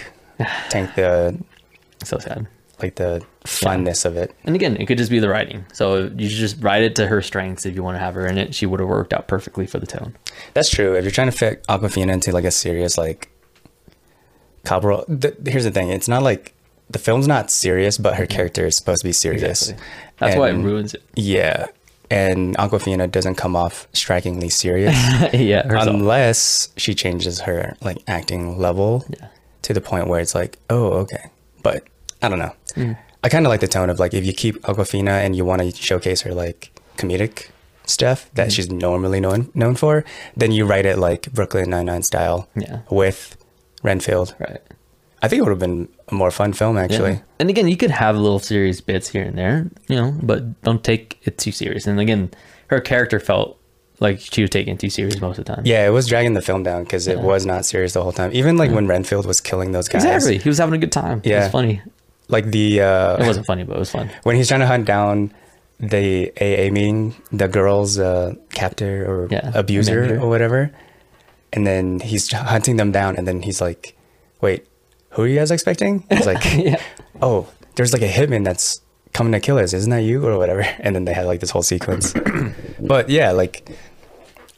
[SPEAKER 1] tank the
[SPEAKER 2] So sad.
[SPEAKER 1] like the funness of it.
[SPEAKER 2] And again, it could just be the writing. So you should just write it to her strengths if you want to have her in it. She would have worked out perfectly for the tone.
[SPEAKER 1] That's true. If you're trying to fit Aquafina into like a serious like Cabral, th- here's the thing. It's not like the film's not serious, but her character is supposed to be serious.
[SPEAKER 2] Mm-hmm. Exactly. That's why it
[SPEAKER 1] And-
[SPEAKER 2] ruins it.
[SPEAKER 1] Yeah, and Aquafina doesn't come off strikingly serious
[SPEAKER 2] yeah, herself.
[SPEAKER 1] unless she changes her like acting level to the point where it's like, oh, okay. But I don't know.
[SPEAKER 2] Mm.
[SPEAKER 1] I kind of like the tone of like if you keep Aquafina and you want to showcase her like comedic stuff
[SPEAKER 2] Mm.
[SPEAKER 1] that she's normally known known for, then you write it like Brooklyn Nine Nine style
[SPEAKER 2] Yeah.
[SPEAKER 1] with Renfield.
[SPEAKER 2] right.
[SPEAKER 1] I think it would have been a more fun film actually.
[SPEAKER 2] Yeah. And again, you could have little serious bits here and there, you know, but don't take it too serious. And again, her character felt like she was taken too serious most of the time.
[SPEAKER 1] Yeah, it was dragging the film down because it was not serious the whole time. Even like when Renfield was killing those guys,
[SPEAKER 2] Mm. Exactly. He was having a good time. It
[SPEAKER 1] Yeah.
[SPEAKER 2] was funny.
[SPEAKER 1] like the uh,
[SPEAKER 2] It wasn't funny, but it was fun.
[SPEAKER 1] when he's trying to hunt down the AA meeting, the girl's uh, captor or
[SPEAKER 2] Yeah,
[SPEAKER 1] abuser
[SPEAKER 2] manager.
[SPEAKER 1] or whatever, and then he's hunting them down, and then he's like, "Wait, who are you guys expecting?" It's like,
[SPEAKER 2] Yeah.
[SPEAKER 1] "Oh, there's like a hitman that's coming to kill us, isn't that you or whatever?" And then they had like this whole sequence. but yeah, like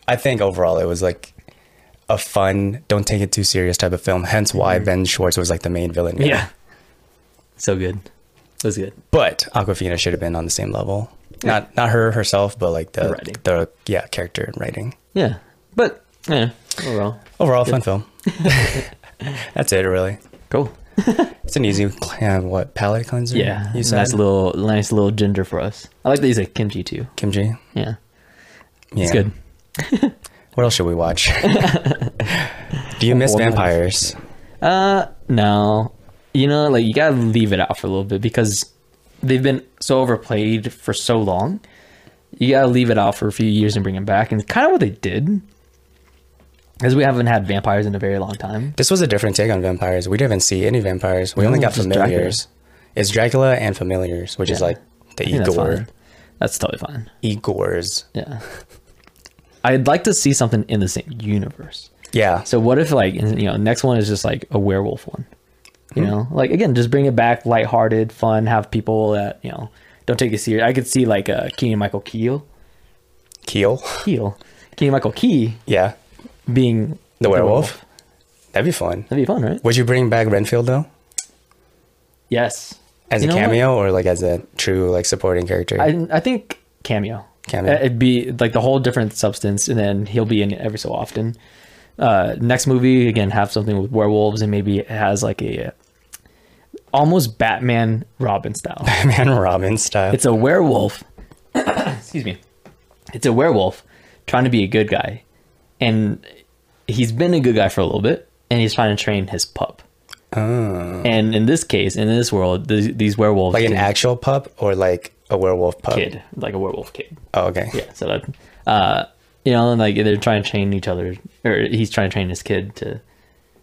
[SPEAKER 1] I think overall it was like a fun, don't take it too
[SPEAKER 2] Mm-hmm.
[SPEAKER 1] serious type of film. Hence why Ben Schwartz was like the main villain.
[SPEAKER 2] Yeah. So good. It was good.
[SPEAKER 1] But Aquafina should have been on the same level. Not not her herself, but like the
[SPEAKER 2] The
[SPEAKER 1] the,
[SPEAKER 2] writing.
[SPEAKER 1] yeah character and writing.
[SPEAKER 2] Yeah, but yeah, Oh, overall,
[SPEAKER 1] Overall, fun film. That's it, really.
[SPEAKER 2] cool.
[SPEAKER 1] It's an easy uh, what palate cleanser.
[SPEAKER 2] Yeah,
[SPEAKER 1] you said
[SPEAKER 2] nice little, nice little ginger for us. I like that you said kimchi too.
[SPEAKER 1] kimchi. Yeah.
[SPEAKER 2] Yeah, it's good.
[SPEAKER 1] What else should we watch? Do you miss
[SPEAKER 2] Old Knives.
[SPEAKER 1] vampires?
[SPEAKER 2] Uh, no, you know, like you gotta leave it out for a little bit because they've been so overplayed for so long. You gotta leave it out for a few years and bring them back, and kind of what they did, because we haven't had vampires in a very long time.
[SPEAKER 1] This was a different take on vampires. We didn't see any vampires. We
[SPEAKER 2] No,
[SPEAKER 1] only got
[SPEAKER 2] just
[SPEAKER 1] familiars. It's Dracula and familiars, which is
[SPEAKER 2] Yeah.
[SPEAKER 1] like the
[SPEAKER 2] I think that's
[SPEAKER 1] Igor
[SPEAKER 2] fine. That's totally fine.
[SPEAKER 1] Igors.
[SPEAKER 2] Yeah. I'd like to see something in the same universe.
[SPEAKER 1] Yeah.
[SPEAKER 2] So what if like you know next one is just like a werewolf one, you know? Like again, just bring it back, lighthearted, fun. Have people that you know don't take it serious. I could see like uh, Keenan Michael Keel,
[SPEAKER 1] Keel.
[SPEAKER 2] Keel, Keenan Michael Key
[SPEAKER 1] Yeah.
[SPEAKER 2] being
[SPEAKER 1] The werewolf? That'd be fun.
[SPEAKER 2] That'd be fun, right?
[SPEAKER 1] Would you bring back Renfield though?
[SPEAKER 2] Yes.
[SPEAKER 1] As
[SPEAKER 2] You
[SPEAKER 1] a
[SPEAKER 2] know what?
[SPEAKER 1] cameo or like as a true like supporting character?
[SPEAKER 2] I I think cameo.
[SPEAKER 1] Cameo.
[SPEAKER 2] Uh, It'd be like the whole different substance, and then he'll be in it every so often. Uh, next movie again, have something with werewolves, and maybe it has like a almost Batman Robin style.
[SPEAKER 1] Batman and Robin style.
[SPEAKER 2] it's a werewolf. Excuse me. It's a werewolf trying to be a good guy, and he's been a good guy for a little bit, and he's trying to train his pup.
[SPEAKER 1] oh.
[SPEAKER 2] And in this case, in this world, th- these werewolves
[SPEAKER 1] Like an
[SPEAKER 2] can-
[SPEAKER 1] actual pup or like a werewolf pup?
[SPEAKER 2] kid, like a werewolf kid.
[SPEAKER 1] Oh, okay.
[SPEAKER 2] Yeah, so that, uh, you know, and like they're trying to train each other, or he's trying to train his kid to,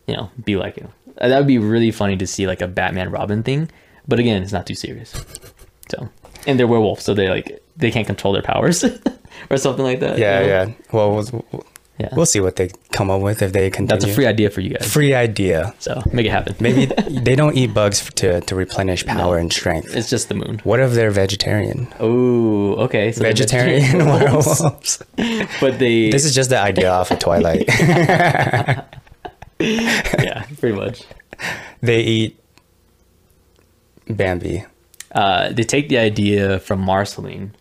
[SPEAKER 2] you know, be like him. Uh, That would be really funny to see like a Batman Robin thing, but again, it's not too serious. So, and they're werewolves, so they like they can't control their powers or something like that.
[SPEAKER 1] Yeah,
[SPEAKER 2] you know?
[SPEAKER 1] yeah. Well, we'll,
[SPEAKER 2] yeah.
[SPEAKER 1] we'll see what they come up with if they continue.
[SPEAKER 2] That's a free idea for you guys.
[SPEAKER 1] free idea.
[SPEAKER 2] So make it happen.
[SPEAKER 1] Maybe they don't eat bugs f- to, to replenish power
[SPEAKER 2] No.
[SPEAKER 1] and strength.
[SPEAKER 2] It's just the moon.
[SPEAKER 1] What if they're vegetarian?
[SPEAKER 2] Oh, okay. So they're
[SPEAKER 1] Vegetarian werewolves.
[SPEAKER 2] but they
[SPEAKER 1] This is just the idea off of Twilight.
[SPEAKER 2] yeah, pretty much.
[SPEAKER 1] they eat Bambi.
[SPEAKER 2] uh, they take the idea from Marceline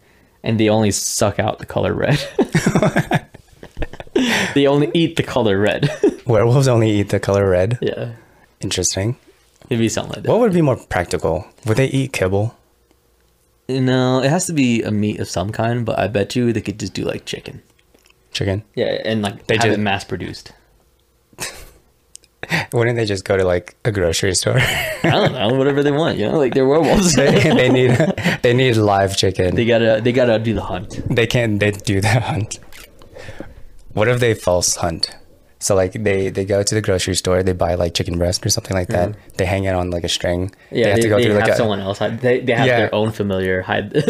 [SPEAKER 2] and they only suck out the color red. they only eat the color red.
[SPEAKER 1] Werewolves only eat the color red.
[SPEAKER 2] yeah.
[SPEAKER 1] Interesting.
[SPEAKER 2] It'd be something like that.
[SPEAKER 1] What would be more practical? Would they eat kibble?
[SPEAKER 2] No, it has to be a meat of some kind, but I bet you they could just do like chicken.
[SPEAKER 1] Chicken?
[SPEAKER 2] Yeah, and like
[SPEAKER 1] They
[SPEAKER 2] have
[SPEAKER 1] just-
[SPEAKER 2] it mass produced.
[SPEAKER 1] Wouldn't they just go to like a grocery store?
[SPEAKER 2] I don't know, whatever they want, you know, like they're werewolves.
[SPEAKER 1] they, they need they need live chicken.
[SPEAKER 2] they
[SPEAKER 1] They,
[SPEAKER 2] gotta they gotta do the hunt.
[SPEAKER 1] can't they do the hunt. What if they false hunt? So like they they go to the grocery store, they buy like chicken breast or something like that. They hang it on like a string.
[SPEAKER 2] Mm-hmm. Yeah, they have, to go through like someone else. hide- They, they have
[SPEAKER 1] Yeah.
[SPEAKER 2] their own familiar hide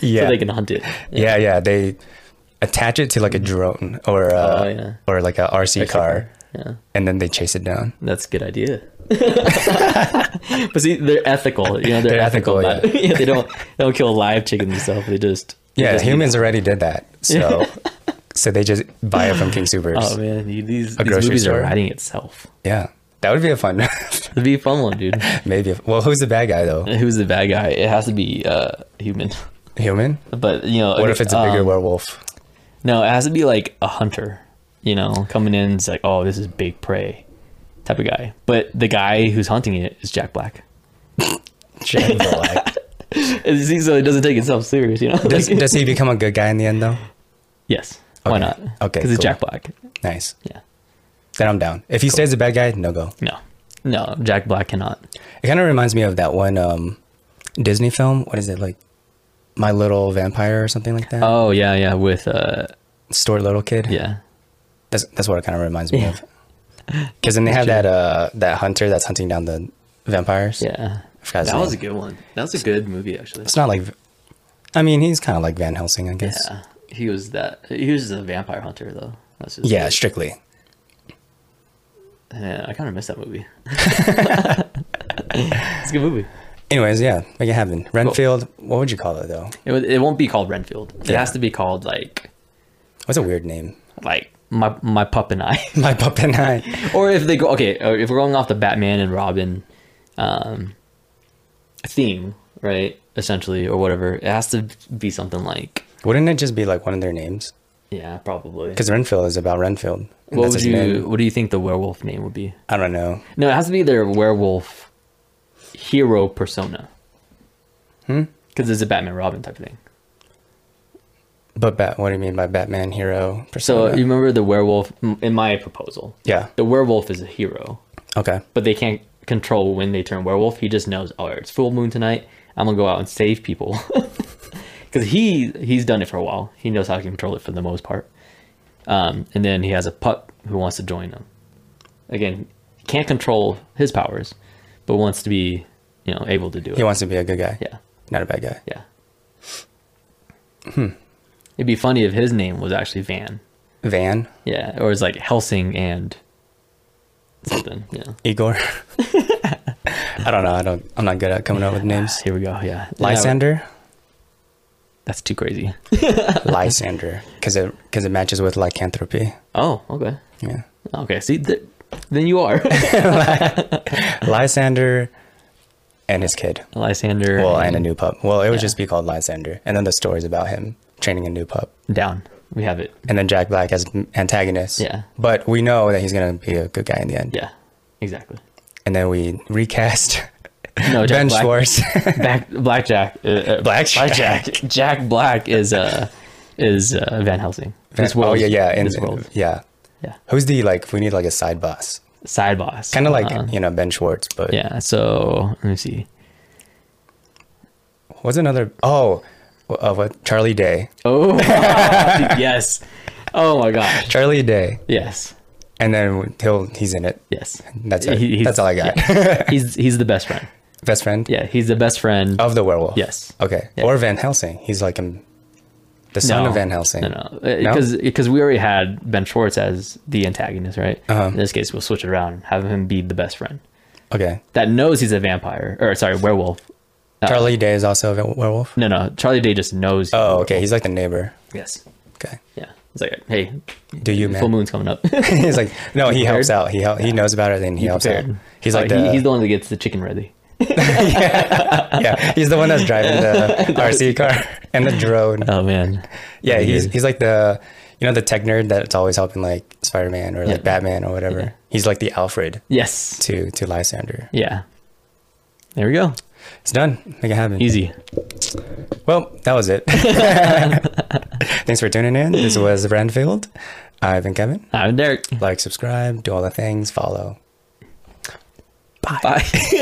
[SPEAKER 1] Yeah.
[SPEAKER 2] so they can hunt it.
[SPEAKER 1] Yeah, yeah. They attach it to like a drone or uh,
[SPEAKER 2] Mm-hmm. Oh, yeah.
[SPEAKER 1] or like a RC car,
[SPEAKER 2] Yeah.
[SPEAKER 1] and then they chase it down.
[SPEAKER 2] That's a good idea. but see, they're ethical. You know, they're,
[SPEAKER 1] They're ethical,
[SPEAKER 2] ethical. about it. Yeah, they don't they don't kill live chickens and stuff. They just they
[SPEAKER 1] Yeah,
[SPEAKER 2] just-
[SPEAKER 1] humans already did that. So so they just buy it from King Supers.
[SPEAKER 2] Oh man, you- these, these
[SPEAKER 1] grocery
[SPEAKER 2] movies
[SPEAKER 1] store.
[SPEAKER 2] are writing itself.
[SPEAKER 1] Yeah. That would be a fun
[SPEAKER 2] It'd be a fun one, dude.
[SPEAKER 1] maybe. if- Well, who's the bad guy though?
[SPEAKER 2] Who's the bad guy? It has to be uh human.
[SPEAKER 1] Human?
[SPEAKER 2] But you know,
[SPEAKER 1] What if it's a bigger
[SPEAKER 2] um,
[SPEAKER 1] werewolf?
[SPEAKER 2] No, it has to be like a hunter. You know, coming in, it's like, oh, this is big prey, type of guy. But the guy who's hunting it is Jack Black.
[SPEAKER 1] Jack Black.
[SPEAKER 2] And see, So it doesn't take itself serious. You know,
[SPEAKER 1] does,
[SPEAKER 2] Like-
[SPEAKER 1] does he become a good guy in the end though?
[SPEAKER 2] yes. Why
[SPEAKER 1] Okay.
[SPEAKER 2] not?
[SPEAKER 1] Okay,
[SPEAKER 2] because it's
[SPEAKER 1] cool.
[SPEAKER 2] Jack Black.
[SPEAKER 1] Nice.
[SPEAKER 2] Yeah.
[SPEAKER 1] Then I'm down. If he stays a bad guy, no go.
[SPEAKER 2] No, no, Jack Black cannot.
[SPEAKER 1] It kind of reminds me of that one um, Disney film. What is it like? My Little Vampire or something like that.
[SPEAKER 2] Oh yeah, yeah, with uh,
[SPEAKER 1] Stuart Little Kid.
[SPEAKER 2] yeah,
[SPEAKER 1] That's that's what it kind of reminds me of. Because then they have that uh that hunter that's hunting down the vampires.
[SPEAKER 2] yeah.
[SPEAKER 1] I forgot his name.
[SPEAKER 2] good one. That was a good movie actually.
[SPEAKER 1] It's not like, I mean, he's kind of like Van Helsing, I guess.
[SPEAKER 2] Yeah, he was that. He was a vampire hunter though. That's just,
[SPEAKER 1] Yeah, strictly.
[SPEAKER 2] yeah. I kind of miss that movie. it's a good movie.
[SPEAKER 1] Anyways, yeah, make it happen. Renfield. What would you call it though?
[SPEAKER 2] It, would- it won't be called Renfield. It
[SPEAKER 1] Yeah.
[SPEAKER 2] has to be called like
[SPEAKER 1] What's a weird name?
[SPEAKER 2] like my my pup and I.
[SPEAKER 1] My pup and I.
[SPEAKER 2] or if they go okay, or if we're going off the Batman and Robin um, theme, right? Essentially, or whatever. It has to be something like
[SPEAKER 1] Wouldn't it just be like one of their names?
[SPEAKER 2] yeah, probably.
[SPEAKER 1] Because Renfield is about Renfield. and
[SPEAKER 2] What
[SPEAKER 1] that's
[SPEAKER 2] would
[SPEAKER 1] his
[SPEAKER 2] you?
[SPEAKER 1] name.
[SPEAKER 2] What do you think the werewolf name would be?
[SPEAKER 1] I don't know.
[SPEAKER 2] No, it has to be their werewolf hero persona.
[SPEAKER 1] Hmm?
[SPEAKER 2] Because it's a Batman Robin type of thing.
[SPEAKER 1] But bat, what do you mean by Batman hero
[SPEAKER 2] So
[SPEAKER 1] persona?
[SPEAKER 2] you remember the werewolf m- in my proposal?
[SPEAKER 1] yeah.
[SPEAKER 2] The werewolf is a hero,
[SPEAKER 1] Okay.
[SPEAKER 2] but they can't control when they turn werewolf. He just knows, oh, it's full moon tonight. I'm gonna go out and save people. Because he he's done it for a while. He knows how to control it for the most part. Um, and then he has a pup who wants to join him. Again, can't control his powers, but wants to be, you know, able to do it.
[SPEAKER 1] He wants to be a good guy.
[SPEAKER 2] Yeah,
[SPEAKER 1] Not a bad guy.
[SPEAKER 2] yeah. It'd be funny if his name was actually Van.
[SPEAKER 1] Van
[SPEAKER 2] Yeah, or it's like Helsing and something. Yeah.
[SPEAKER 1] Igor. I don't know. I don't. I'm not good at coming up with names.
[SPEAKER 2] Here we go. Yeah.
[SPEAKER 1] Lysander.
[SPEAKER 2] That's too crazy.
[SPEAKER 1] Lysander. Because it because it matches with lycanthropy.
[SPEAKER 2] Oh, okay.
[SPEAKER 1] Yeah.
[SPEAKER 2] Okay. See, th- then you are
[SPEAKER 1] Lysander, and his kid.
[SPEAKER 2] Lysander.
[SPEAKER 1] Well, and a new pup. Well, it would just be called Lysander, and then the stories about him training a new pup,
[SPEAKER 2] down. We have it.
[SPEAKER 1] and then Jack Black as m- antagonist.
[SPEAKER 2] Yeah.
[SPEAKER 1] But we know that he's gonna be a good guy in the end.
[SPEAKER 2] Yeah. Exactly.
[SPEAKER 1] And then we recast
[SPEAKER 2] No, Jack
[SPEAKER 1] Ben
[SPEAKER 2] Black,
[SPEAKER 1] Schwartz.
[SPEAKER 2] Back, Blackjack. Uh, uh,
[SPEAKER 1] Blackjack.
[SPEAKER 2] Blackjack. Jack Black is uh is uh, Van Helsing. This
[SPEAKER 1] oh
[SPEAKER 2] world.
[SPEAKER 1] yeah, yeah, and
[SPEAKER 2] This world.
[SPEAKER 1] yeah.
[SPEAKER 2] Yeah.
[SPEAKER 1] Who's the like? We need like a side boss,
[SPEAKER 2] Side boss.
[SPEAKER 1] kind of like
[SPEAKER 2] Uh,
[SPEAKER 1] you know Ben Schwartz, but
[SPEAKER 2] Yeah, so let me see.
[SPEAKER 1] what's another? Oh, uh, what Charlie Day?
[SPEAKER 2] Oh, yes. Oh my gosh.
[SPEAKER 1] Charlie Day,
[SPEAKER 2] Yes.
[SPEAKER 1] and then he'll he's in it.
[SPEAKER 2] Yes.
[SPEAKER 1] That's it.
[SPEAKER 2] He- he's-
[SPEAKER 1] That's all I got.
[SPEAKER 2] He's he's the best friend.
[SPEAKER 1] Best friend.
[SPEAKER 2] Yeah, he's the best friend.
[SPEAKER 1] Of the werewolf.
[SPEAKER 2] Yes.
[SPEAKER 1] Okay.
[SPEAKER 2] Yeah.
[SPEAKER 1] Or Van Helsing. He's like um, the son of Van Helsing.
[SPEAKER 2] No, Uh, no. Because we already had Ben Schwartz as the antagonist, right?
[SPEAKER 1] Uh-huh.
[SPEAKER 2] In this case, we'll switch it around, have him be the best friend
[SPEAKER 1] Okay.
[SPEAKER 2] that knows he's a vampire or sorry, werewolf. Uh,
[SPEAKER 1] Charlie Day is also a ve- werewolf.
[SPEAKER 2] No, no. Charlie Day just knows. he's a
[SPEAKER 1] Oh,
[SPEAKER 2] werewolf.
[SPEAKER 1] okay. He's like the neighbor.
[SPEAKER 2] Yes.
[SPEAKER 1] Okay.
[SPEAKER 2] Yeah. It's like, hey,
[SPEAKER 1] Do you man?
[SPEAKER 2] full moon's coming up.
[SPEAKER 1] he's like no. He helps
[SPEAKER 2] prepared?
[SPEAKER 1] out. He help, he knows about it. Then he helps out.
[SPEAKER 2] prepared.
[SPEAKER 1] He's
[SPEAKER 2] Oh,
[SPEAKER 1] like
[SPEAKER 2] he-
[SPEAKER 1] the,
[SPEAKER 2] he's the one that gets the chicken ready.
[SPEAKER 1] yeah. He's the one that's driving the RC car and the drone.
[SPEAKER 2] Oh man.
[SPEAKER 1] yeah.
[SPEAKER 2] That'd be
[SPEAKER 1] He's
[SPEAKER 2] good.
[SPEAKER 1] he's like the you know the tech nerd that's always helping like Spider Man or like
[SPEAKER 2] Yeah.
[SPEAKER 1] Batman or whatever.
[SPEAKER 2] Yeah.
[SPEAKER 1] He's like the Alfred
[SPEAKER 2] Yes.
[SPEAKER 1] to to Lysander.
[SPEAKER 2] Yeah. There we go.
[SPEAKER 1] It's done. Make it happen.
[SPEAKER 2] Easy.
[SPEAKER 1] Well, that was it. Thanks for tuning in. This was Brandfield. I've been Kevin.
[SPEAKER 2] I'm Derek.
[SPEAKER 1] Like, subscribe, do all the things, follow.
[SPEAKER 2] Bye.